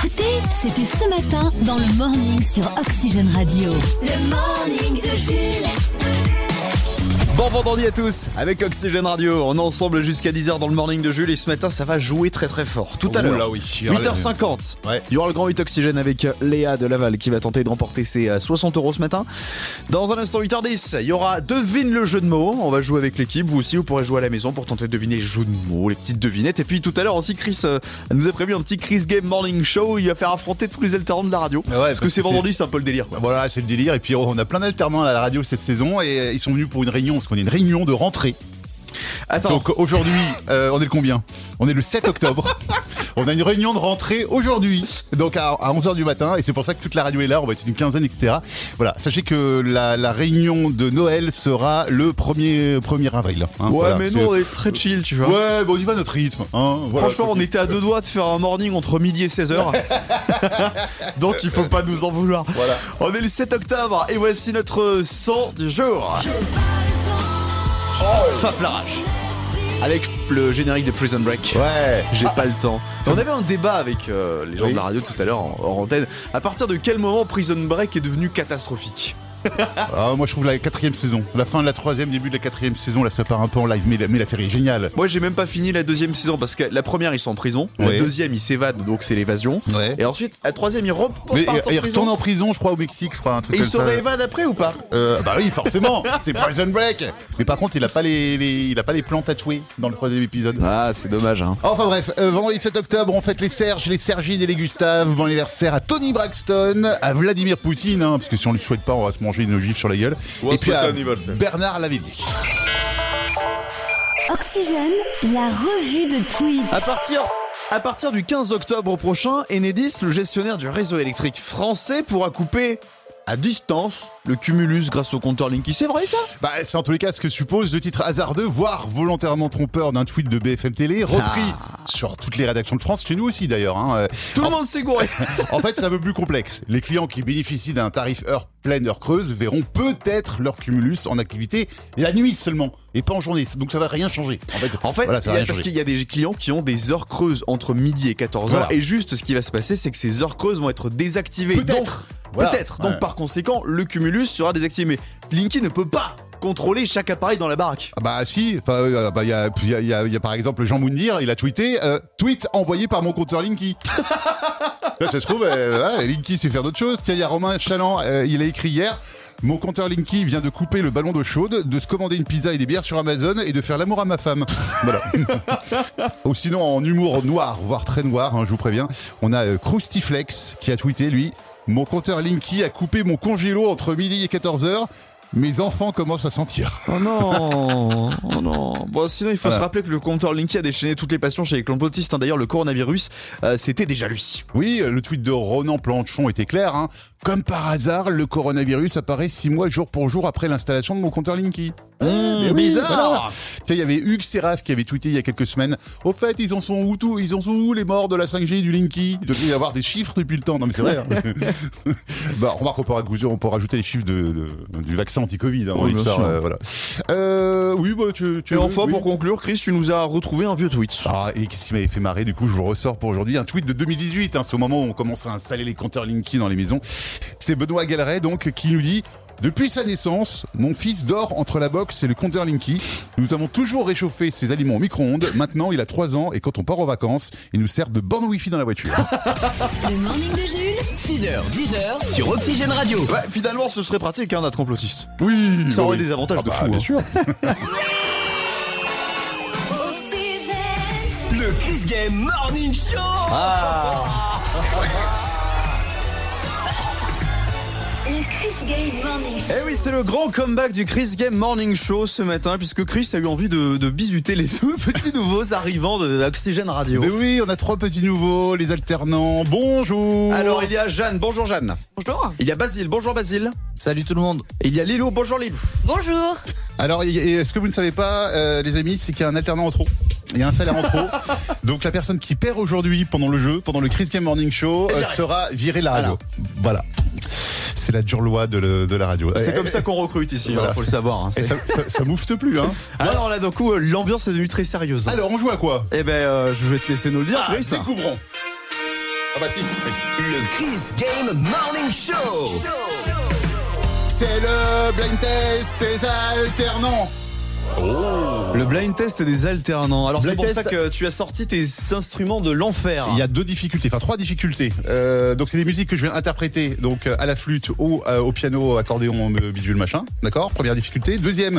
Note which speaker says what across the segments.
Speaker 1: C'était ce matin dans le morning sur Oxygène Radio. Le morning de Jules.
Speaker 2: Bon vendredi à tous avec Oxygène Radio. On est ensemble jusqu'à 10h dans le morning de Jules et ce matin ça va jouer très très fort. Tout à
Speaker 3: Ouh
Speaker 2: l'heure,
Speaker 3: là, oui.
Speaker 2: 8h50,
Speaker 3: Ouais.
Speaker 2: il y aura le grand 8 Oxygène avec euh, Léa de Laval qui va tenter de remporter ses euh, 60 euros ce matin. Dans un instant 8h10, il y aura Devine le jeu de mots. On va jouer avec l'équipe. Vous aussi, vous pourrez jouer à la maison pour tenter de deviner les jeux de mots, les petites devinettes. Et puis tout à l'heure aussi, Chris euh, nous a prévu un petit Chris Game Morning Show. où Il va faire affronter tous les alternants de la radio.
Speaker 3: Ah Ouais,
Speaker 2: parce que c'est vendredi, c'est un peu le délire. quoi.
Speaker 3: Bah Voilà, c'est le délire. Et puis on a plein d'alternants à la radio cette saison et euh, ils sont venus pour une réunion, parce qu'on a une réunion de rentrée.
Speaker 2: Attends,
Speaker 3: Donc aujourd'hui, euh, on est le combien On est le 7 octobre. on a une réunion de rentrée aujourd'hui, donc à, 11h du matin, et c'est pour ça que toute la radio est là, on va être une quinzaine, etc. Voilà, sachez que la, la réunion de Noël sera le 1er, 1er avril. hein,
Speaker 2: ouais,
Speaker 3: voilà,
Speaker 2: mais
Speaker 3: parce
Speaker 2: nous
Speaker 3: que-
Speaker 2: on est très chill, tu vois.
Speaker 3: Ouais, bon, on y va à notre rythme. hein, voilà.
Speaker 2: Franchement, on était à deux doigts de faire un morning entre midi et 16h. Donc il faut pas nous en vouloir.
Speaker 3: Voilà.
Speaker 2: On est le 7 octobre et voici notre son du jour.
Speaker 3: Oh.
Speaker 2: Faflarage. Avec le générique de Prison Break.
Speaker 3: Ouais. Ah.
Speaker 2: J'ai pas le temps. On avait un débat avec euh, les gens
Speaker 3: Oui.
Speaker 2: de la radio tout à l'heure en, hors antenne. À partir de quel moment Prison Break est devenu catastrophique
Speaker 3: Ah, moi je trouve la quatrième saison, la fin de la troisième, début de la quatrième saison, là ça part un peu en live, mais la, mais la série est géniale.
Speaker 2: Moi j'ai même pas fini la deuxième saison parce que la première ils sont en prison, la
Speaker 3: Ouais.
Speaker 2: deuxième ils s'évadent donc c'est l'évasion.
Speaker 3: Ouais.
Speaker 2: Et ensuite la troisième ils repartent
Speaker 3: Mais
Speaker 2: en
Speaker 3: il, il
Speaker 2: prison.
Speaker 3: retourne en prison, je crois, au Mexique, je crois, un truc
Speaker 2: Et il
Speaker 3: comme
Speaker 2: se
Speaker 3: ça.
Speaker 2: réévade après ou pas
Speaker 3: Euh, bah oui, forcément, c'est Prison Break. Mais par contre, il a pas les, les- il a pas les plans tatoués dans le troisième épisode.
Speaker 2: Ah, c'est dommage, hein.
Speaker 3: Enfin bref, euh, vendredi 7 octobre, on fête les Serges, les Sergines et les Gustaves. Bon anniversaire à Tony Braxton, à Vladimir Poutine, hein, parce que si on lui souhaite pas, on va se manger une gifle sur la gueule.
Speaker 2: Ou un
Speaker 3: et puis à
Speaker 2: souhaité anniversaire.
Speaker 3: Bernard Lavillier.
Speaker 1: Oxygène, la revue de tweets.
Speaker 2: À partir. À partir du 15 octobre prochain, Enedis, le gestionnaire du réseau électrique français, pourra couper à distance le cumulus grâce au compteur Linky. C'est vrai ça
Speaker 3: Bah, c'est en tous les cas ce que suppose le titre hasardeux, voire volontairement trompeur d'un tweet de BFM Télé, repris sur toutes les rédactions de France, chez nous aussi d'ailleurs. hein. Euh,
Speaker 2: Ah. Tout
Speaker 3: en-
Speaker 2: le monde s'est gouré.
Speaker 3: En fait, c'est un peu plus complexe. Les clients qui bénéficient d'un tarif heure pleine, heure creuse, verront peut-être leur cumulus en activité la nuit seulement, et pas en journée. Donc ça va rien changer. En fait,
Speaker 2: En fait,
Speaker 3: voilà, ça
Speaker 2: il y
Speaker 3: va
Speaker 2: a-
Speaker 3: rien
Speaker 2: parce
Speaker 3: changer.
Speaker 2: qu'il y a des clients qui ont des heures creuses entre midi et 14h
Speaker 3: Voilà.
Speaker 2: et juste ce qui va se passer c'est que ces heures creuses vont être désactivées.
Speaker 3: Peut-être.
Speaker 2: Donc,
Speaker 3: Voilà.
Speaker 2: Peut-être. Donc
Speaker 3: Ouais.
Speaker 2: par conséquent, le cumulus sera désactivé. Mais Linky ne peut pas contrôler chaque appareil dans la baraque.
Speaker 3: Ah Bah si, enfin, euh, bah, il y, a- puis il y a- il y a- il y a par exemple Jean Moundir, il a tweeté euh, tweet envoyé par mon compteur Linky. Là, ça se trouve, euh, voilà, Linky sait faire d'autres choses. Tiens, il y a Romain Chaland, euh, il a écrit hier. Mon compteur Linky vient de couper le ballon d'eau chaude, de se commander une pizza et des bières sur Amazon et de faire l'amour à ma femme. Voilà. Ou sinon, en humour noir, voire très noir, hein, je vous préviens, on a euh, Krustiflex qui a tweeté, lui, mon compteur Linky a coupé mon congélo entre midi et 14h. Mes enfants commencent à sentir.
Speaker 2: Oh non, oh non. Bon, sinon, il faut
Speaker 3: Voilà.
Speaker 2: se rappeler que le compteur Linky a déchaîné toutes les passions chez les complotistes. hein. D'ailleurs, le coronavirus, euh, c'était déjà lui.
Speaker 3: Oui, euh, le tweet de Ronan Planchon était clair. hein. Comme par hasard, le coronavirus apparaît six mois jour pour jour après l'installation de mon compteur Linky.
Speaker 2: Mmh,
Speaker 3: Mais oui,
Speaker 2: bizarre.
Speaker 3: voilà. Tiens, il y avait Hugues Seraf qui avait tweeté il y a quelques semaines. Au fait, ils en sont où tout Ils en sont où les morts de la 5G et du Linky Il devrait y avoir des chiffres depuis le temps. Non mais c'est vrai. hein. bah, remarque, on peut, rajouter, on peut rajouter les chiffres de- de- du vaccin anti-Covid hein, dans
Speaker 2: Oui, bien
Speaker 3: l'histoire.
Speaker 2: sûr.
Speaker 3: euh, voilà. Euh, oui, bah, tu, tu
Speaker 2: Et enfin,
Speaker 3: oui.
Speaker 2: pour conclure, Chris, tu nous as retrouvé un vieux tweet.
Speaker 3: Ah, et qu'est-ce qui m'avait fait marrer Du coup, je vous ressors pour aujourd'hui un tweet de 2018. hein, c'est au moment où on commence à installer les compteurs Linky dans les maisons. C'est Benoît Galleret, donc, qui nous dit Depuis sa naissance, mon fils dort entre la box et le compteur Linky. Nous avons toujours réchauffé ses aliments au micro-ondes. Maintenant, il a 3 ans et quand on part en vacances, il nous sert de borne Wi-Fi dans la voiture.
Speaker 1: Le morning de Jules.
Speaker 4: 6h, 10h sur Oxygène Radio.
Speaker 2: Ouais, finalement, ce serait pratique, hein, d'être complotiste.
Speaker 3: Oui
Speaker 2: Ça aurait
Speaker 3: oui.
Speaker 2: des avantages
Speaker 3: Ah
Speaker 2: de
Speaker 3: bah,
Speaker 2: fou.
Speaker 3: bien
Speaker 2: hein.
Speaker 3: sûr.
Speaker 1: Oxygène.
Speaker 4: Le Chris Game Morning Show.
Speaker 1: Le Chris Game Morning Show.
Speaker 2: Eh oui, c'est le grand comeback du Chris Game Morning Show ce matin, puisque Chris a eu envie de, de bisuter les deux petits nouveaux arrivants de Oxygène Radio.
Speaker 3: Mais oui, on a trois petits nouveaux, les alternants. Bonjour
Speaker 2: Alors, il y a Jeanne. Bonjour, Jeanne.
Speaker 5: Bonjour.
Speaker 2: Il y a Basile. Bonjour, Basile.
Speaker 4: Salut tout le monde.
Speaker 2: Et il y a Lilou. Bonjour, Lilou.
Speaker 5: Bonjour.
Speaker 3: Alors, y- et ce que vous ne savez pas, euh, les amis, c'est qu'il y a un alternant en trop. Il y a un salaire en trop. Donc, la personne qui perd aujourd'hui pendant le jeu, pendant le Chris Game Morning Show, euh, sera virée de la radio. Voilà. C'est la dure loi de, le- de la radio.
Speaker 2: C'est
Speaker 3: Eh,
Speaker 2: comme
Speaker 3: eh,
Speaker 2: ça qu'on recrute ici,
Speaker 3: Voilà,
Speaker 2: hein, faut le
Speaker 3: c'est-
Speaker 2: savoir. hein,
Speaker 3: eh,
Speaker 2: c'est-
Speaker 3: ça, ça- ça moufte plus, hein.
Speaker 2: Alors là, d'un coup, euh, l'ambiance est devenue très sérieuse. hein.
Speaker 3: Alors, on joue à quoi Ah, bah.
Speaker 2: Eh ben, euh, je vais te laisser nous le dire, Chris.
Speaker 3: Découvrons. Ah bah si. oui.
Speaker 4: Le Quiz Game Morning Show.
Speaker 3: C'est le blind test des alternants.
Speaker 2: Le blind test des alternants. Alors c'est
Speaker 3: Blind
Speaker 2: pour
Speaker 3: test-
Speaker 2: ça que tu as sorti tes instruments de l'enfer.
Speaker 3: Il y a deux difficultés, enfin trois difficultés. Euh, donc c'est des musiques que je viens interpréter donc euh, à la flûte ou euh, au piano, accordéon, euh, bidule machin. D'accord Première difficulté. Deuxième,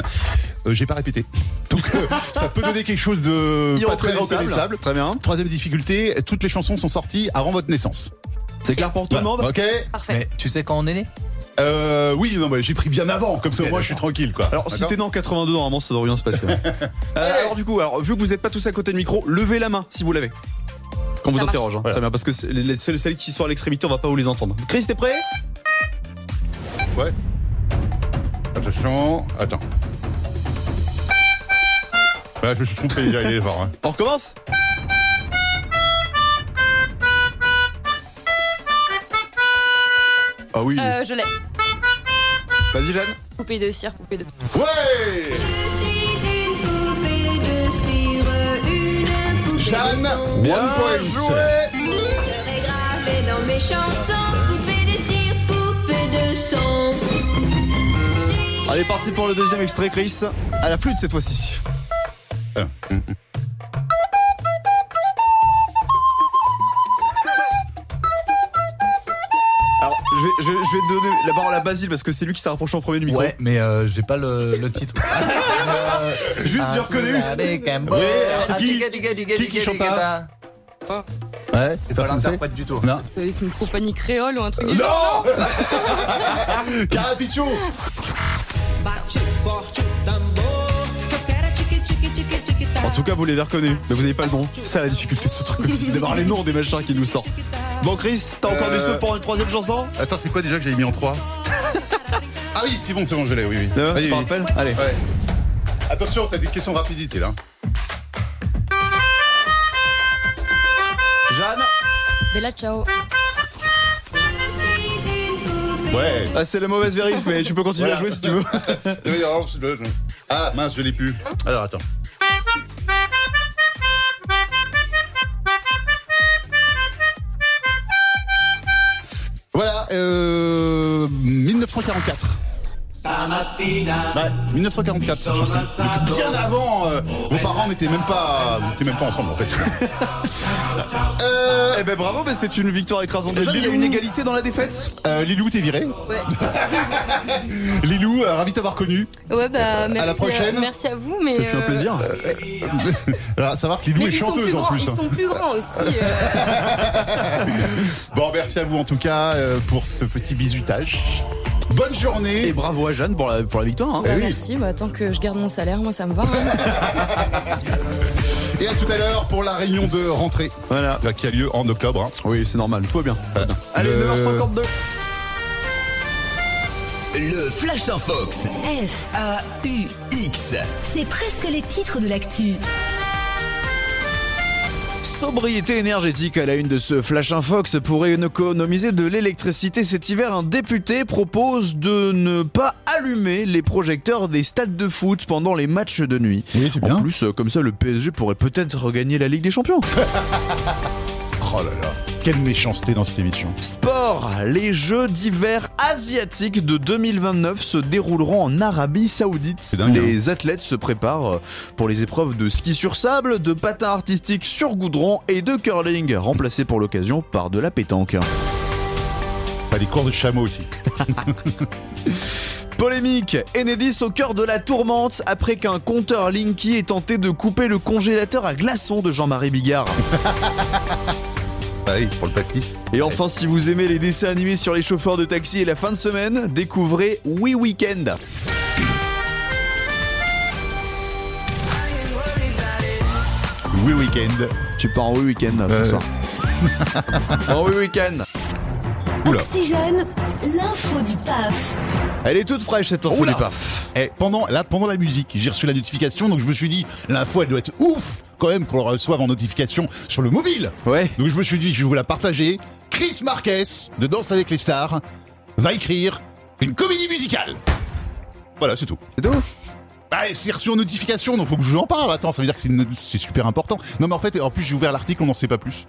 Speaker 3: euh, j'ai pas répété. Donc euh, ça peut donner quelque chose de pas très
Speaker 2: Irreprésentable.
Speaker 3: reconnaissable.
Speaker 2: Très bien.
Speaker 3: Troisième difficulté, toutes les chansons sont sorties avant votre naissance.
Speaker 4: C'est clair pour Bah,
Speaker 3: Voilà. Ok.
Speaker 5: Parfait.
Speaker 4: Mais tu sais quand on est né
Speaker 3: Euh, oui, non, mais j'ai pris bien avant, comme ça au moins je suis tranquille quoi.
Speaker 2: Alors, si
Speaker 3: D'accord
Speaker 2: t'es né en 82, normalement, ça devrait bien se passer. ouais. Euh, alors, du coup, alors, vu que vous n'êtes pas tous à côté du micro, levez la main si vous l'avez. Quand vous
Speaker 5: marche.
Speaker 2: interroge. hein. Très bien, parce que c'est- les- celles, celles qui sont à l'extrémité, on va pas vous les entendre. Chris, t'es prêt
Speaker 3: Ouais. Attention, attends. Ouais, je me suis trompé, il est fort. hein.
Speaker 2: On recommence Ah oui,
Speaker 5: Euh, je l'ai.
Speaker 2: vas-y Jeanne.
Speaker 5: Poupée de cire, poupée de.
Speaker 3: Ouais Jeanne, one
Speaker 2: Bien
Speaker 3: point.
Speaker 2: joué.
Speaker 6: dans mes chansons, poupée de cire, poupée de son.
Speaker 2: Allez, parti pour le deuxième extrait, Chris. À la flûte cette fois-ci. Alors, je vais, je, vais- je vais te donner la parole à Basile parce que c'est lui qui s'est rapproché en premier du micro.
Speaker 7: Ouais, mais euh, j'ai pas le, le titre. Ah,
Speaker 4: Ah,
Speaker 7: Euh,
Speaker 2: Juste, j'ai
Speaker 7: un
Speaker 2: reconnu.
Speaker 7: peu avec un beau-
Speaker 3: Oui, alors c'est qui-
Speaker 7: Ah, diga, diga, diga,
Speaker 3: qui qui
Speaker 7: diga,
Speaker 3: chante
Speaker 7: diga,
Speaker 3: ça
Speaker 7: bah.
Speaker 3: Ouais, et
Speaker 7: Pas
Speaker 3: personne sait
Speaker 7: l'interprète du tout.
Speaker 3: Non.
Speaker 5: Avec une compagnie créole ou un truc.
Speaker 3: Non Carapicho
Speaker 2: En tout cas, vous l'avez reconnu, mais vous n'avez pas le nom. C'est ça la difficulté de ce truc aussi, c'est d'avoir les noms des machins qui nous sortent. Bon, Chris, t'as encore des
Speaker 3: Euh.
Speaker 2: sous pour une troisième chanson
Speaker 3: Attends, c'est quoi déjà que j'avais mis en 3 Ah oui, c'est bon, c'est bon, je l'ai, oui, oui.
Speaker 2: Non,
Speaker 3: Vas-y,
Speaker 2: Tu te
Speaker 3: oui.
Speaker 2: rappelles Allez.
Speaker 3: Ouais. Attention, c'est des questions de rapidité là.
Speaker 2: Jeanne
Speaker 5: Bella ciao.
Speaker 3: Ouais.
Speaker 2: Ah, C'est la mauvaise vérif, mais tu peux continuer à jouer si tu veux.
Speaker 3: Ah mince, je l'ai plus. Alors attends. Voilà, euh, 1944. Ouais, 1944 cette chanson. Donc, bien avant, euh, vos parents n'étaient même pas, n'étaient même pas ensemble en fait. euh,
Speaker 2: Eh ben bravo, mais c'est une victoire écrasante.
Speaker 3: Déjà, il y a une
Speaker 2: égalité dans la défaite
Speaker 3: euh, Lilou, t'es viré.
Speaker 8: Ouais.
Speaker 3: Lilou, euh, ravi de t'avoir connu.
Speaker 8: Ouais, bah, merci.
Speaker 3: la prochaine.
Speaker 8: euh, merci à vous, mais.
Speaker 2: Ça fait un
Speaker 8: euh,
Speaker 2: plaisir.
Speaker 3: Alors, à savoir que Lilou
Speaker 8: Mais
Speaker 3: est
Speaker 8: ils sont,
Speaker 3: chanteuse
Speaker 8: plus
Speaker 3: en
Speaker 8: grands,
Speaker 3: plus.
Speaker 8: ils
Speaker 3: hein.
Speaker 8: sont plus grands aussi. euh,
Speaker 3: Bon, merci à vous en tout cas euh, pour ce petit bisutage. Bonne journée.
Speaker 2: Et bravo à Jeanne pour la, pour la victoire. hein.
Speaker 8: bah,
Speaker 3: Eh oui.
Speaker 8: Merci, bah, tant que je garde mon salaire, moi ça me va. hein.
Speaker 3: Et à tout à l'heure pour la réunion de rentrée
Speaker 2: Voilà. Euh,
Speaker 3: euh, qui a lieu en octobre. hein.
Speaker 2: Oui, c'est normal, tout va bien.
Speaker 3: Voilà.
Speaker 2: Allez,
Speaker 3: Le-
Speaker 2: 9h52.
Speaker 4: Le Flash en Fox.
Speaker 1: F,
Speaker 4: A-U-X.
Speaker 1: c'est presque les titres de l'actu.
Speaker 2: Sobriété énergétique à la une de ce Flash Infox pourrait économiser de l'électricité cet hiver. Un député propose de ne pas allumer les projecteurs des stades de foot pendant les matchs de nuit.
Speaker 3: Oui, c'est
Speaker 2: En
Speaker 3: bien.
Speaker 2: plus, euh, comme ça, le PSG pourrait peut-être regagner la Ligue des Champions.
Speaker 3: Oh là là. Quelle méchanceté dans cette émission.
Speaker 2: Sport, les Jeux d'hiver asiatiques de 2029 se dérouleront en Arabie Saoudite.
Speaker 3: dingue,
Speaker 2: les athlètes se préparent euh, pour les épreuves de ski sur sable, de patin artistique sur goudron et de curling, remplacés pour l'occasion par de la pétanque.
Speaker 3: Pas les courses de chameau aussi.
Speaker 2: Polémique, Enedis au cœur de la tourmente après qu'un compteur Linky ait tenté de couper le congélateur à glaçons de Jean-Marie Bigard.
Speaker 3: Bah oui, pour le pastis.
Speaker 2: Et enfin, si vous aimez les dessins animés sur les chauffeurs de taxi et la fin de semaine, découvrez Oui Weekend.
Speaker 3: Oui, week-end.
Speaker 2: Tu pars en oui week-end ce
Speaker 3: Ouais.
Speaker 2: soir. en oui week-end.
Speaker 3: Oula.
Speaker 1: Oxygène, l'info du PAF.
Speaker 2: Elle est toute fraîche cette info
Speaker 3: Oula.
Speaker 2: du paf.
Speaker 3: Eh, pendant, là, pendant la musique, j'ai reçu la notification, donc je me suis dit, l'info, elle doit être ouf quand même qu'on la reçoive en notification sur le mobile.
Speaker 2: Ouais.
Speaker 3: Donc je me suis dit, je vais vous la partager. Chris Marquez, de Danse avec les stars, va écrire une comédie musicale. Voilà, c'est tout.
Speaker 2: C'est tout
Speaker 3: Bah, c'est reçu en notification, donc faut que je vous en parle. Attends, ça veut dire que c'est une- c'est super important. Non, mais en fait, en plus, j'ai ouvert l'article, on n'en sait pas plus.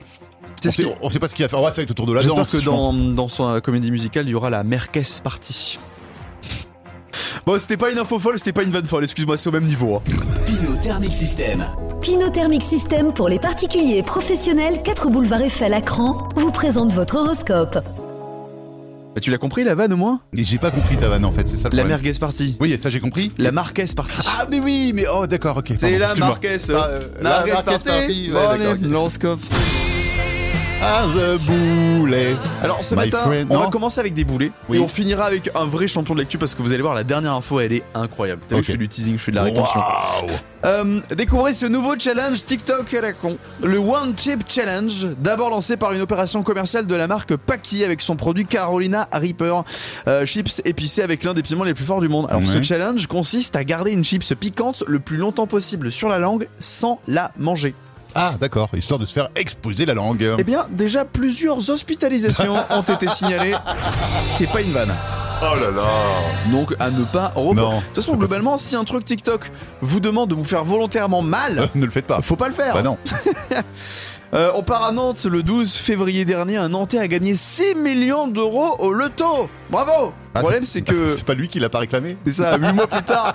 Speaker 2: C'est
Speaker 3: On
Speaker 2: ce qui-
Speaker 3: sait, on sait pas ce qu'il va faire. Ouais, ça va être autour de la
Speaker 2: J'espère
Speaker 3: danse.
Speaker 2: que
Speaker 3: je pense.
Speaker 2: dans, dans sa comédie musicale, il y aura la Merkez partie. Bon, c'était pas une info folle, c'était pas une vanne folle, excuse-moi, c'est au même niveau. hein.
Speaker 4: Pinot Thermic System.
Speaker 1: Pinot Thermic System pour les particuliers et professionnels, 4 boulevard Eiffel à Cran, vous présente votre horoscope.
Speaker 2: Bah, tu l'as compris la vanne au moins
Speaker 3: Et J'ai pas compris ta vanne en fait, c'est ça le
Speaker 2: La
Speaker 3: problème.
Speaker 2: Merguez partie.
Speaker 3: Oui, ça j'ai compris.
Speaker 2: La Marquez partie.
Speaker 3: Ah mais oui, mais oh d'accord, ok.
Speaker 2: C'est
Speaker 3: pardon,
Speaker 2: la
Speaker 3: excuse-moi.
Speaker 2: Marquez.
Speaker 3: Ah, euh, la Marquez partie, ouais, d'accord, ok. Ah je boulet.
Speaker 2: Alors ce
Speaker 3: My
Speaker 2: matin,
Speaker 3: friend,
Speaker 2: on va
Speaker 3: non
Speaker 2: commencer avec des boulets
Speaker 3: Oui.
Speaker 2: et on finira avec un vrai champion de l'actu parce que vous allez voir la dernière info elle est incroyable. T'as vu,
Speaker 3: Ok.
Speaker 2: je fais du teasing, je fais de la rétention.
Speaker 3: Waouh.
Speaker 2: Euh, découvrez ce nouveau challenge TikTok à la con. Le One Chip Challenge, d'abord lancé par une opération commerciale de la marque Paki avec son produit Carolina Reaper, euh, chips épicés avec l'un des piments les plus forts du monde. Alors ce
Speaker 3: Ouais.
Speaker 2: challenge consiste à garder une chips piquante le plus longtemps possible sur la langue sans la manger.
Speaker 3: Ah d'accord, histoire de se faire exploser la langue.
Speaker 2: Eh bien, déjà plusieurs hospitalisations ont été signalées. C'est pas une vanne.
Speaker 3: Oh là là.
Speaker 2: Donc à ne pas reprendre.
Speaker 3: Non,
Speaker 2: De toute façon, globalement, si un truc TikTok vous demande de vous faire volontairement mal,
Speaker 3: Euh, ne le faites pas.
Speaker 2: faut pas le faire.
Speaker 3: Bah non.
Speaker 2: Euh, on part à Nantes le 12 février dernier. Un Nantais a gagné 6 millions d'euros au loto. Bravo Le
Speaker 3: Ah,
Speaker 2: problème, c'est que.
Speaker 3: C'est pas lui qui l'a pas réclamé.
Speaker 2: C'est ça, 8 mois plus tard,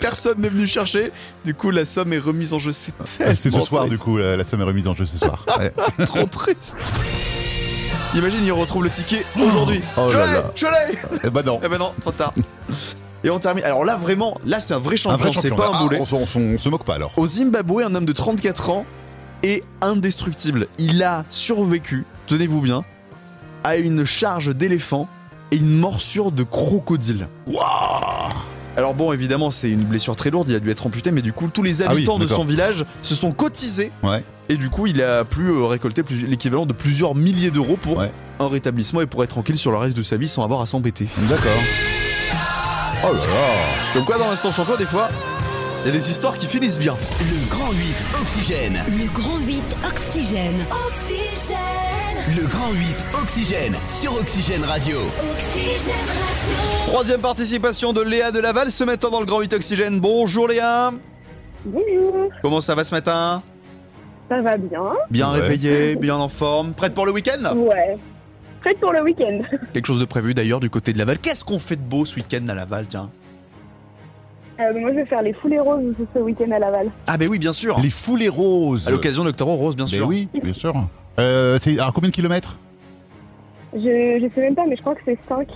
Speaker 2: personne n'est venu chercher. Du coup, la somme est remise en jeu. C'est
Speaker 3: Ah, C'est ce
Speaker 2: tellement
Speaker 3: soir du
Speaker 2: triste.
Speaker 3: coup, la, la somme est remise en jeu ce soir. Ouais.
Speaker 2: Trop triste. Imagine, il retrouve le ticket aujourd'hui.
Speaker 3: Oh
Speaker 2: je
Speaker 3: là
Speaker 2: l'ai,
Speaker 3: là.
Speaker 2: je l'ai
Speaker 3: Eh bah non.
Speaker 2: Eh ben non, trop tard. Et on termine. Alors là, vraiment, là, c'est un vrai
Speaker 3: Un vrai
Speaker 2: champion, c'est
Speaker 3: champion.
Speaker 2: pas
Speaker 3: Ah,
Speaker 2: un boulet.
Speaker 3: on, se- on se- on se moque pas alors.
Speaker 2: Au Zimbabwe, un homme de 34 ans est indestructible. Il a survécu, tenez-vous bien, à une charge d'éléphant et une morsure de crocodile.
Speaker 3: Waouh.
Speaker 2: Alors bon, évidemment, c'est une blessure très lourde, il a dû être amputé, mais du coup, tous les
Speaker 3: Ah oui,
Speaker 2: habitants de
Speaker 3: d'accord.
Speaker 2: son village se sont cotisés.
Speaker 3: Ouais.
Speaker 2: Et du coup, il a plus euh, récolté plus- l'équivalent de plusieurs milliers d'euros pour
Speaker 3: Ouais.
Speaker 2: un rétablissement et pour être tranquille sur le reste de sa vie sans avoir à s'embêter.
Speaker 3: D'accord. Oh là là.
Speaker 2: Donc quoi, dans l'instant champion, des fois, il y a des histoires qui finissent bien.
Speaker 4: Le Grand 8 Oxygène.
Speaker 1: Le Grand 8 Oxygène.
Speaker 6: Oxygène,
Speaker 4: Le Grand 8 Oxygène. Sur Oxygène Radio.
Speaker 6: oxygène radio.
Speaker 2: Troisième participation de Léa de Laval ce matin dans le Grand 8 Oxygène. Bonjour Léa
Speaker 9: Bonjour,
Speaker 2: Comment ça va ce matin
Speaker 9: ça va bien
Speaker 2: Bien
Speaker 3: Ouais.
Speaker 2: réveillée, bien en forme, prête pour le week-end
Speaker 9: Ouais. Prête pour le week-end
Speaker 2: Quelque chose de prévu d'ailleurs du côté de Laval. Qu'est-ce qu'on fait de beau ce week-end à Laval, tiens
Speaker 9: Euh, Moi, je vais faire les foulées roses ce week-end à Laval.
Speaker 2: Ah ben oui, bien sûr
Speaker 3: Les foulées roses.
Speaker 2: À l'occasion de l'Octobre Rose, bien
Speaker 3: Mais
Speaker 2: sûr.
Speaker 3: oui, bien sûr. Euh, c'est alors combien de kilomètres
Speaker 9: Je, je sais même pas, mais je crois que c'est 5.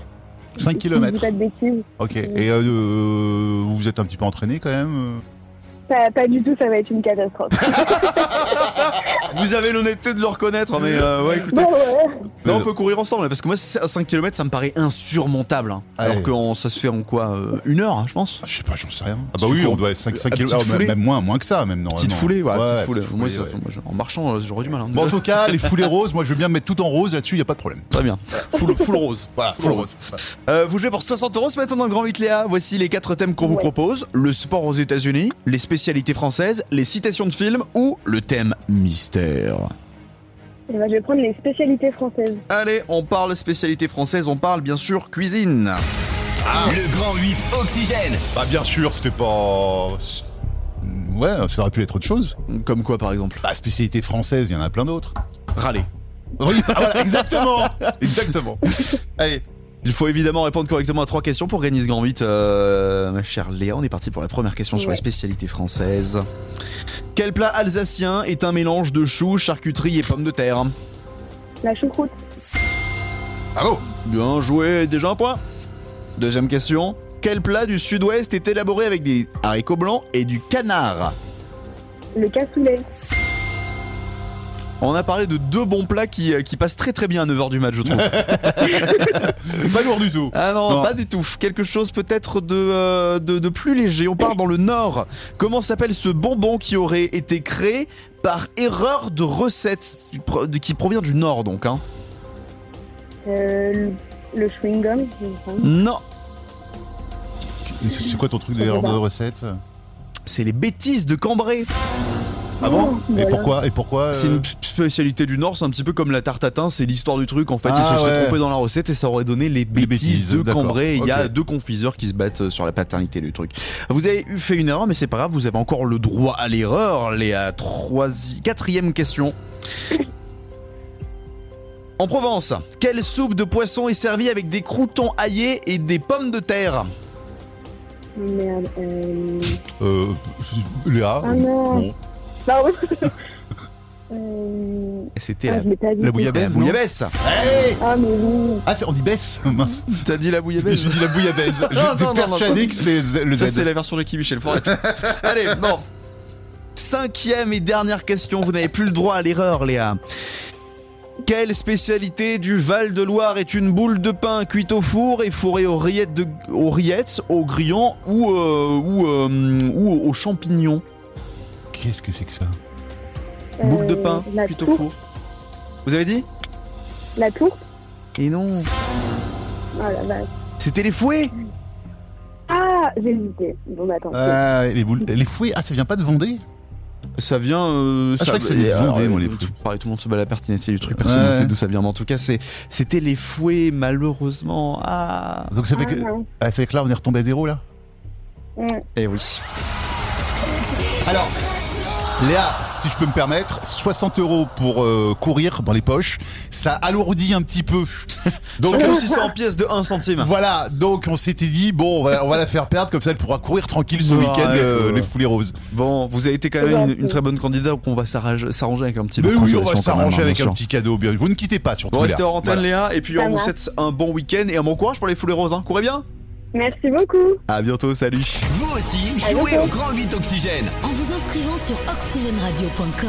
Speaker 3: 5
Speaker 9: Je dis
Speaker 3: kilomètres.
Speaker 9: pas de bêtises.
Speaker 3: Ok. Et euh, euh, vous êtes un petit peu entraîné quand même
Speaker 9: Pas, pas du tout, ça va être une catastrophe.
Speaker 2: Vous avez l'honnêteté de le reconnaître, mais euh, ouais, écoutez.
Speaker 9: bon, ouais.
Speaker 2: Là, on peut courir ensemble, là, parce que moi, 5 km, ça me paraît insurmontable. hein.
Speaker 3: Ah
Speaker 2: Alors
Speaker 3: ouais.
Speaker 2: que en- ça se fait en quoi euh, Une heure, je pense
Speaker 3: Ah, Je sais pas, j'en sais rien. Ah
Speaker 2: bah oui, on
Speaker 3: doit être 5,
Speaker 2: petite
Speaker 3: kilomètres.
Speaker 2: foulée.
Speaker 3: Même, même moins, moins que ça, même non.
Speaker 2: Petite
Speaker 3: non.
Speaker 2: foulée, ouais,
Speaker 3: Ouais,
Speaker 2: petite foulée. Moi, ça-
Speaker 3: ouais.
Speaker 2: moi, je- en marchant, euh, j'aurais du mal. hein.
Speaker 3: Bon, en tout cas, les foulées roses, moi je veux bien me mettre tout en rose là-dessus, y a pas de problème.
Speaker 2: Très bien. Full, full rose.
Speaker 3: Voilà,
Speaker 2: Full
Speaker 3: full Bah, rose.
Speaker 2: Euh, vous jouez pour 60 euros ce matin dans le Grand 8 Léa. Voici les quatre thèmes qu'on vous
Speaker 9: Ouais.
Speaker 2: propose le sport aux États-Unis, les spécialités françaises, les citations de films ou le thème mystère.
Speaker 9: Eh ben, je vais prendre les spécialités françaises.
Speaker 2: Allez, on parle spécialité française, on parle bien sûr cuisine.
Speaker 7: Ah.
Speaker 4: Le Grand 8 Oxygène.
Speaker 3: Bah bien sûr, c'était pas. Hmm, Ouais, ça aurait pu être autre chose.
Speaker 2: Comme quoi par exemple
Speaker 3: Bah, spécialité française, il y en a plein d'autres.
Speaker 2: Râler.
Speaker 3: Oui, bah, voilà, exactement. exactement. Allez.
Speaker 2: Il faut évidemment répondre correctement à trois questions pour gagner ce Grand 8. Euh, ma chère Léa, on est parti pour la première question sur
Speaker 9: Ouais.
Speaker 2: les spécialités françaises. Quel plat alsacien est un mélange de choux, charcuterie et pommes de terre
Speaker 9: La choucroute,
Speaker 3: Bravo.
Speaker 2: Bien joué, déjà un point. Deuxième question. Quel plat du sud-ouest est élaboré avec des haricots blancs et du canard
Speaker 9: le cassoulet.
Speaker 2: On a parlé de deux bons plats qui, euh, qui passent très très bien à 9h du match, je trouve.
Speaker 3: Pas lourd du tout.
Speaker 2: ah non,
Speaker 3: Non.
Speaker 2: pas du tout. Quelque chose peut-être de, euh, de, de plus léger. On part dans le nord. Comment s'appelle ce bonbon qui aurait été créé par erreur de recette du pro- de- qui provient du nord donc hein
Speaker 9: Euh, le- le chewing-gum, je vais prendre.
Speaker 2: Non,
Speaker 3: C'est c'est quoi ton truc d'erreur de recette
Speaker 2: c'est les bêtises de Cambrai.
Speaker 3: Ah bon Et
Speaker 9: Oh, Voilà.
Speaker 3: pourquoi Et pourquoi euh,
Speaker 2: C'est une p- spécialité du Nord, c'est un petit peu comme la tarte à thym, c'est l'histoire du truc. En fait, ils
Speaker 3: Ah
Speaker 2: se seraient
Speaker 3: ouais.
Speaker 2: trompés dans la recette et ça aurait donné les bêtises,
Speaker 3: bêtises,
Speaker 2: de
Speaker 3: d'accord.
Speaker 2: Cambrai. Il y a
Speaker 3: Ok.
Speaker 2: deux confiseurs qui se battent euh, sur la paternité du truc. Vous avez eu fait une erreur, mais c'est pas grave, vous avez encore le droit à l'erreur. Les à troisi- quatrième question. En Provence, quelle soupe de poisson est servie avec des croutons haillés et des pommes de terre
Speaker 9: Oh, Merde. Euh...
Speaker 3: Euh, Léa
Speaker 9: Ah non.
Speaker 3: bon.
Speaker 9: Bah oui. euh...
Speaker 2: C'était
Speaker 9: ah,
Speaker 2: la,
Speaker 9: je l'ai pas dit.
Speaker 3: la bouillabaisse,
Speaker 2: la
Speaker 3: non
Speaker 2: bouillabaisse.
Speaker 9: Ah, mais oui.
Speaker 3: Ah, c'est- on dit baisse Mince.
Speaker 2: T'as dit la
Speaker 3: J'ai
Speaker 2: bouillabaisse
Speaker 3: dit la bouillabaisse.
Speaker 2: non, non,
Speaker 3: J'étais
Speaker 2: non,
Speaker 3: persuadé que c'était le
Speaker 2: Ça, c'est
Speaker 3: Z.
Speaker 2: la version Jackie Michel Forêt. Allez, bon. Cinquième et dernière question, vous n'avez plus le droit à l'erreur, Léa. Quelle spécialité du Val-de-Loire est une boule de pain cuite au four et fourrée aux rillettes, de, aux rillettes au grillon ou, euh, ou, euh, ou aux champignons
Speaker 3: Qu'est-ce que c'est que ça
Speaker 2: Boule de
Speaker 9: Euh,
Speaker 2: pain
Speaker 9: la
Speaker 2: cuite au
Speaker 9: tour-
Speaker 2: four. Vous avez dit
Speaker 9: La tour
Speaker 2: Et non.
Speaker 9: Ah la vache.
Speaker 2: C'était les fouets
Speaker 9: Ah, j'ai hésité. Bon, bah, attends.
Speaker 3: Ah, les, boules- les fouets. Ah, ça vient pas de Vendée
Speaker 2: Ça vient. euh,
Speaker 3: Ah,
Speaker 2: ça-
Speaker 3: je crois que c'est des
Speaker 2: alors,
Speaker 3: Vendées, moi,
Speaker 2: euh,
Speaker 3: les
Speaker 2: tout-
Speaker 3: fouets.
Speaker 2: Pareil, tout le monde se bat la pertinence du truc, personne ne
Speaker 3: Ouais.
Speaker 2: sait d'où ça vient. Mais en tout cas, c'est, c'était les fouets, malheureusement. Ah.
Speaker 3: Donc ça fait que.
Speaker 9: Ah, ouais.
Speaker 3: Ah, c'est que là, on est retombé à zéro, là
Speaker 9: Mm.
Speaker 2: Eh oui.
Speaker 3: Alors, Léa, si je peux me permettre, 60 euros pour euh, courir dans les poches, ça alourdit un petit peu. Donc,
Speaker 2: Surtout si c'est en pièces de 1 centime.
Speaker 3: voilà, donc on s'était dit, bon, on va, on va la faire perdre, comme ça elle pourra courir tranquille ce
Speaker 2: Ouais,
Speaker 3: week-end, euh,
Speaker 2: ouais.
Speaker 3: les foulées roses.
Speaker 2: Bon, vous avez été quand même une, une très bonne candidate, donc on va s'arrange- s'arranger avec un petit.
Speaker 3: Mais
Speaker 2: bout de
Speaker 3: Eh ben oui, on va
Speaker 2: consolation quand
Speaker 3: s'arranger
Speaker 2: même, hein,
Speaker 3: avec
Speaker 2: bien
Speaker 3: un
Speaker 2: sûr.
Speaker 3: petit cadeau. bien. Vous ne quittez pas, surtout.
Speaker 2: Bon, restez
Speaker 3: Léa.
Speaker 2: hors antenne,
Speaker 3: Voilà.
Speaker 2: Léa, et puis
Speaker 9: Ça
Speaker 2: on vous
Speaker 9: va.
Speaker 2: souhaite un bon week-end et un bon courage pour les foulées roses. Hein. Courez bien
Speaker 9: Merci beaucoup.
Speaker 2: À bientôt, salut
Speaker 4: Vous aussi, jouez au Grand 8 Oxygène.
Speaker 1: En vous inscrivant sur oxygenradio.com.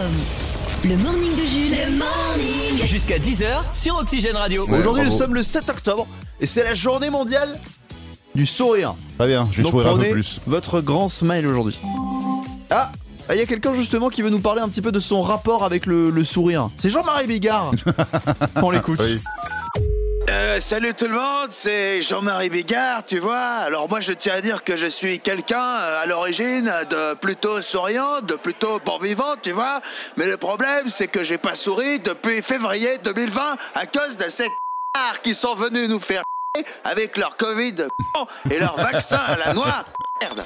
Speaker 1: Le morning de Jules. Le morning.
Speaker 4: Jusqu'à 10h sur Oxygène Radio.
Speaker 3: Ouais,
Speaker 2: Aujourd'hui, nous
Speaker 3: bravo.
Speaker 2: sommes le 7 octobre et c'est la journée mondiale du sourire.
Speaker 3: Très bien, je vais
Speaker 2: Donc
Speaker 3: sourire un peu
Speaker 2: prenez
Speaker 3: plus.
Speaker 2: votre grand smile aujourd'hui. Ah il y a quelqu'un justement qui veut nous parler un petit peu de son rapport avec le, le sourire. C'est Jean-Marie Bigard. On l'écoute.
Speaker 10: Euh, salut tout le monde, c'est Jean-Marie Bigard, tu vois. Alors moi je tiens à dire que je suis quelqu'un euh, à l'origine de plutôt souriant, de plutôt bon vivant, tu vois. Mais le problème c'est que j'ai pas souri depuis février 2020 à cause de ces c***ards qui sont venus nous faire c***er avec leur Covid de c***, et leur vaccin à la noire. Merde.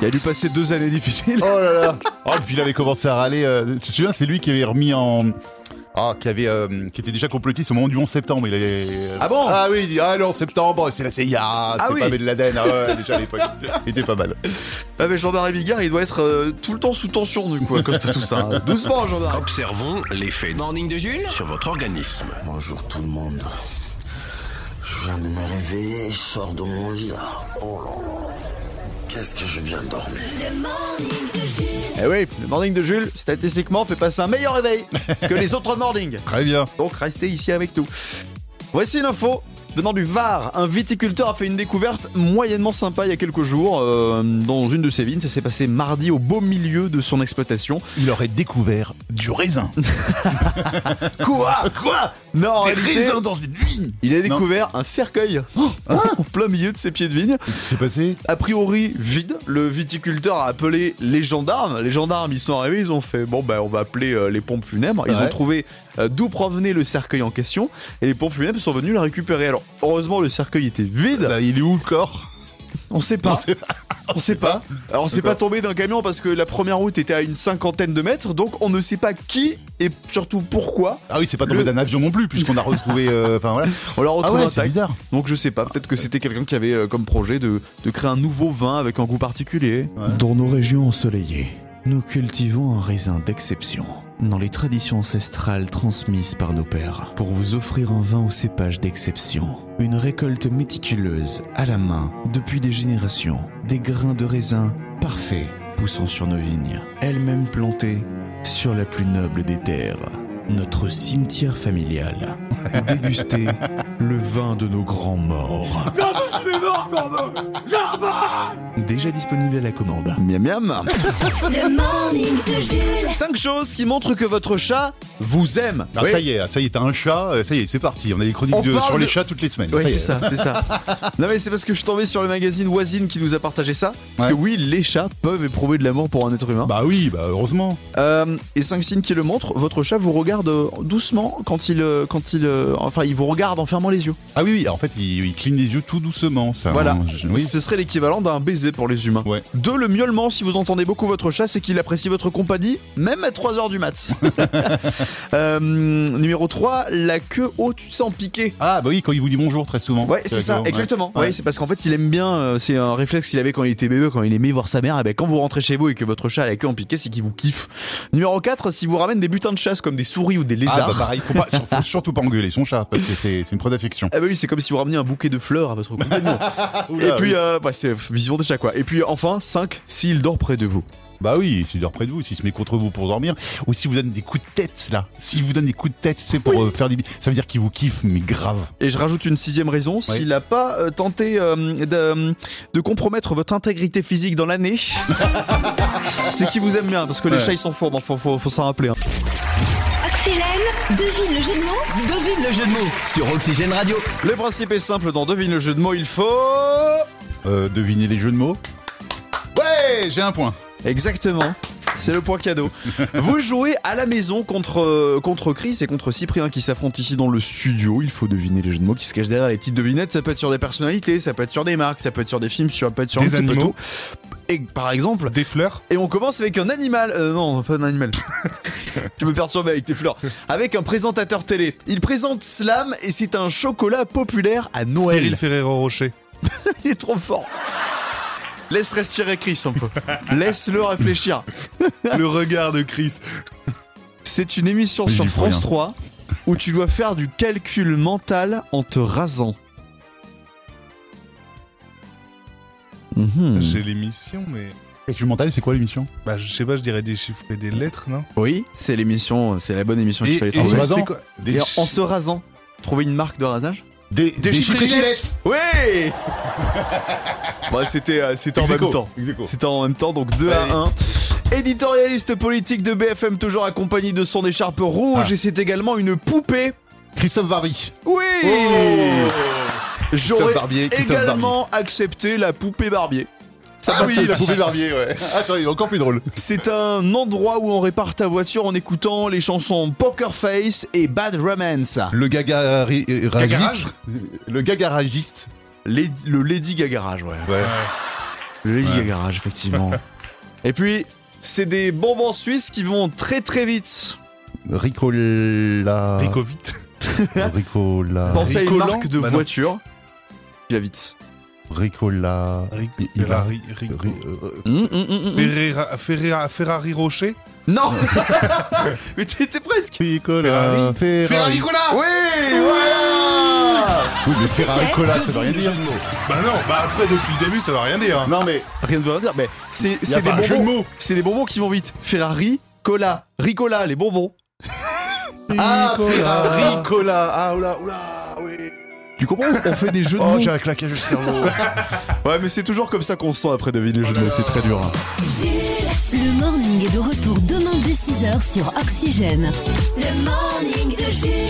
Speaker 2: Il a dû passer deux années difficiles.
Speaker 3: Oh là là Oh, et puis il avait commencé à râler. euh, tu te souviens, c'est lui qui avait remis en. Ah, qui avait. euh, qui était déjà complotiste au moment du 11 septembre. Il avait...
Speaker 2: Ah bon
Speaker 3: Ah oui, il dit Ah, le 11 septembre, c'est la CIA, c'est
Speaker 2: oui.
Speaker 3: pas Ben Laden. Ah ouais, déjà à l'époque. Il était pas mal.
Speaker 2: Ah mais Jean-Marie Bigard, il doit être euh, tout le temps sous tension du coup à cause de tout ça. hein. Doucement Jean-Marie.
Speaker 4: Observons l'effet Morning de Jules sur votre organisme.
Speaker 10: Bonjour tout le monde. Je viens de me réveiller, je sors de mon lit. Oh là là. Qu'est-ce que je viens dormir.
Speaker 1: Le morning de Jules.
Speaker 2: Eh oui, le morning de Jules, statistiquement, fait passer un meilleur réveil que les autres mornings.
Speaker 3: Très bien.
Speaker 2: Donc restez ici avec nous. Voici une info. Venant du Var, un viticulteur a fait une découverte moyennement sympa il y a quelques jours euh, dans une de ses vignes. Ça s'est passé mardi au beau milieu de son exploitation.
Speaker 3: Il aurait découvert du raisin.
Speaker 2: Quoi
Speaker 3: Quoi
Speaker 2: Non, en
Speaker 4: Oh,
Speaker 3: Des
Speaker 2: réalité,
Speaker 3: raisins dans une vigne
Speaker 2: il a découvert un cercueil en plein milieu de ses pieds de vigne.
Speaker 3: C'est passé
Speaker 2: A priori vide, le viticulteur a appelé les gendarmes. Les gendarmes, ils sont arrivés, ils ont fait bon ben on va appeler euh, les pompes funèbres. Ils
Speaker 3: Ouais.
Speaker 2: ont trouvé euh, d'où provenait le cercueil en question et les pompes funèbres sont venues le récupérer. Alors heureusement le cercueil était vide.
Speaker 3: Bah, Il est où le corps
Speaker 2: On sait pas.
Speaker 3: sait
Speaker 2: On sait pas. Alors, c'est pas tombé d'un camion parce que la première route était à une cinquantaine de mètres, donc on ne sait pas qui et surtout pourquoi.
Speaker 3: Ah oui, c'est pas tombé
Speaker 2: Le-
Speaker 3: d'un avion non plus, puisqu'on a retrouvé. euh, Enfin voilà.
Speaker 2: On l'a
Speaker 3: Ah
Speaker 2: retrouvé
Speaker 3: ouais, c'est
Speaker 2: intact.
Speaker 3: bizarre.
Speaker 2: Donc, je sais pas. Peut-être que c'était quelqu'un qui avait euh, comme projet de, de créer un nouveau vin avec un goût particulier. Dans nos régions ensoleillées, nous cultivons un raisin d'exception. Dans les traditions ancestrales transmises par nos pères, pour vous offrir un vin au cépage d'exception. Une récolte méticuleuse, à la main, depuis des générations. Des grains de raisin parfaits poussant sur nos vignes, elles-mêmes plantées sur la plus noble des terres, notre cimetière familial. Déguster le vin de nos grands morts. Déjà disponible à la commande. Miam miam
Speaker 1: Le morning de Jules.
Speaker 2: 5 choses qui montrent que votre chat vous aime.
Speaker 3: Ah,
Speaker 2: Oui.
Speaker 3: Ça y est, ça y est, t'as un chat, euh, ça y est, c'est parti. On a des chroniques
Speaker 2: On
Speaker 3: de-
Speaker 2: parle
Speaker 3: sur les
Speaker 2: de-
Speaker 3: chats toutes les semaines.
Speaker 2: Ouais,
Speaker 3: ça y
Speaker 2: c'est
Speaker 3: est.
Speaker 2: ça, c'est ça. non, mais c'est parce que je suis tombé sur le magazine Voisine qui nous a partagé ça. Parce
Speaker 3: Ouais.
Speaker 2: que oui, les chats peuvent éprouver de l'amour pour un être humain.
Speaker 3: Bah oui, bah heureusement.
Speaker 2: Euh, et 5 signes qui le montrent votre chat vous regarde euh, doucement quand il. euh, Quand il euh, enfin, il vous regarde en fermant les yeux.
Speaker 3: Ah oui, oui, en fait, il, il cligne les yeux tout doucement, ça.
Speaker 2: Voilà.
Speaker 3: hein, je- oui.
Speaker 2: Ce serait l'équivalent d'un baiser. utilisé pour les humains.
Speaker 3: Ouais.
Speaker 2: Deux, le miaulement si vous entendez beaucoup votre chat, c'est qu'il apprécie votre compagnie, même à 3h du mat. Euh, numéro 3, la queue haute sans piquer.
Speaker 3: Ah, bah oui, quand il vous dit bonjour très souvent. Euh,
Speaker 2: Ouais, c'est ça,
Speaker 3: ouais.
Speaker 2: exactement.
Speaker 3: Ouais.
Speaker 2: Ouais, c'est parce qu'en fait, il aime bien. euh, c'est un réflexe qu'il avait quand il était bébé, quand il aimait voir sa mère. Et ben, quand vous rentrez chez vous et que votre chat a la queue en piqué, c'est qu'il vous kiffe. Numéro 4, si vous ramène des butins de chasse comme des souris ou des
Speaker 3: Ah,
Speaker 2: lézards.
Speaker 3: bah pareil, faut, pas, faut surtout pas engueuler son chat, parce que c'est c'est une preuve d'affection.
Speaker 2: Ah bah oui, c'est comme si vous rameniez un bouquet de fleurs à votre compagnon. et
Speaker 3: Oula,
Speaker 2: puis,
Speaker 3: oui.
Speaker 2: euh, bah, c'est vision de chat quoi. Et puis enfin, 5, s'il dort près de vous.
Speaker 3: Bah oui, s'il dort près de vous, s'il se met contre vous pour dormir, ou s'il vous donne des coups de tête, là. S'il vous donne des coups de tête, c'est pour euh, faire des... bi- Ça veut dire qu'il vous kiffe, mais grave.
Speaker 2: Et je rajoute une sixième raison, s'il n'a pas euh, tenté euh, de, de compromettre votre intégrité physique dans l'année, c'est qu'il vous aime bien, parce que les
Speaker 3: Ouais.
Speaker 2: chats ils sont forts, bon, faut, faut, faut s'en rappeler. hein.
Speaker 1: Oxygène, devine le jeu de mots.
Speaker 4: Devine le jeu de mots sur Oxygène Radio.
Speaker 2: Le principe est simple, dans Devine le jeu de mots, il faut...
Speaker 3: Euh, devinez les jeux de mots Ouais, j'ai un point.
Speaker 2: Exactement. C'est le point cadeau. Vous jouez à la maison contre, euh, contre Chris et contre Cyprien qui s'affrontent ici dans le studio. Il faut deviner les jeux de mots qui se cachent derrière les petites devinettes. Ça peut être sur des personnalités, ça peut être sur des marques, ça peut être sur des films, ça peut être sur
Speaker 11: Des
Speaker 2: un petit peu
Speaker 11: animaux.
Speaker 2: tout. Et par exemple,
Speaker 11: Des fleurs
Speaker 2: Et on commence avec un animal. Euh, non, pas un animal. tu me perturbes avec tes fleurs. Avec un présentateur télé. Il présente Slam et c'est un chocolat populaire à Noël.
Speaker 11: Cyril Ferrero Rocher.
Speaker 2: Il est trop fort. Laisse respirer Chris un peu. Laisse-le réfléchir.
Speaker 11: Le regard de Chris.
Speaker 2: C'est une émission
Speaker 3: Oui,
Speaker 2: sur
Speaker 3: j'y crois
Speaker 2: France 3
Speaker 3: rien.
Speaker 2: où tu dois faire du calcul mental en te rasant.
Speaker 10: Hmm.
Speaker 2: Mhm.
Speaker 11: J'ai l'émission, mais.
Speaker 3: Et tu mental, c'est quoi l'émission
Speaker 11: Bah, je sais pas, je dirais des chiffres et des lettres, non
Speaker 2: Oui, c'est l'émission, c'est la bonne émission qu'il
Speaker 11: Et,
Speaker 2: fallait
Speaker 11: et
Speaker 2: trouver.
Speaker 11: c'est
Speaker 3: Rasant
Speaker 11: quoi
Speaker 2: Et
Speaker 11: Des chi-
Speaker 2: en se rasant, trouver une marque de rasage
Speaker 3: Des, des,
Speaker 11: chiffres et des
Speaker 2: Oui Bah, c'était euh, c'était en
Speaker 3: Ex aequo.
Speaker 2: même temps.
Speaker 3: Ex aequo.
Speaker 2: C'était en même temps, donc 2 à 1. Éditorialiste politique de BFM, toujours accompagné de son écharpe rouge,
Speaker 3: Ah.
Speaker 2: et c'est également une poupée.
Speaker 3: Christophe Varby.
Speaker 2: Oui
Speaker 3: Oh.
Speaker 2: J'aurais
Speaker 3: Christophe Barbier, Christophe
Speaker 2: également accepté la poupée Barbier.
Speaker 3: Ça ah oui, la poupée Barbier, ouais. Ah, ça, il est encore plus drôle.
Speaker 2: C'est un endroit où on répare ta voiture en écoutant les chansons Poker Face et Bad Romance.
Speaker 3: Le gagaragiste.
Speaker 11: Gagarage
Speaker 3: Le gagaragiste.
Speaker 2: Lady- le Lady Gagarage, ouais.
Speaker 3: Ouais.
Speaker 2: Le Lady Gagarage, effectivement. Et puis, c'est des bonbons suisses qui vont très très vite.
Speaker 3: Ricola.
Speaker 11: Ricovit.
Speaker 3: Ricola.
Speaker 2: Pensez à une
Speaker 11: Ricolant
Speaker 2: marque de
Speaker 11: Bah non.
Speaker 2: voiture qui va vite.
Speaker 3: Ricola.
Speaker 10: Ah.
Speaker 11: Rico.
Speaker 3: Il- il a-
Speaker 11: Ferrari. Rico.
Speaker 3: Ri- euh,
Speaker 2: Hum, hum, hum, hum.
Speaker 11: Ferreira- Ferreira- Ferrari Rocher
Speaker 2: Non Mais t'étais presque Ah
Speaker 3: Ricola. Ferrari.
Speaker 11: Ferrari Cola
Speaker 2: Oui voilà
Speaker 3: Oui, mais Ferrari Cola, ça veut rien
Speaker 1: devine
Speaker 3: dire.
Speaker 11: Bah non, bah après, depuis le début, ça va rien dire. hein.
Speaker 3: Non, mais.
Speaker 2: Rien ne veut rien dire, mais c'est
Speaker 3: Y a
Speaker 2: c'est des
Speaker 3: pas un jeu de
Speaker 2: bonbons.
Speaker 3: mots.
Speaker 2: C'est des bonbons qui vont vite. Ferrari, cola, Ricola, les bonbons.
Speaker 3: Ah, Ferrari Cola. Ah, oula, oula, oui.
Speaker 2: Tu comprends On fait des jeux de mots.
Speaker 3: un claquage de cerveau.
Speaker 2: Ouais, mais c'est toujours comme ça qu'on se sent après deviner les jeux de mots, c'est très dur. hein.
Speaker 1: Jules. Le morning est de retour demain dès 6h sur Oxygène. Le morning de Jules.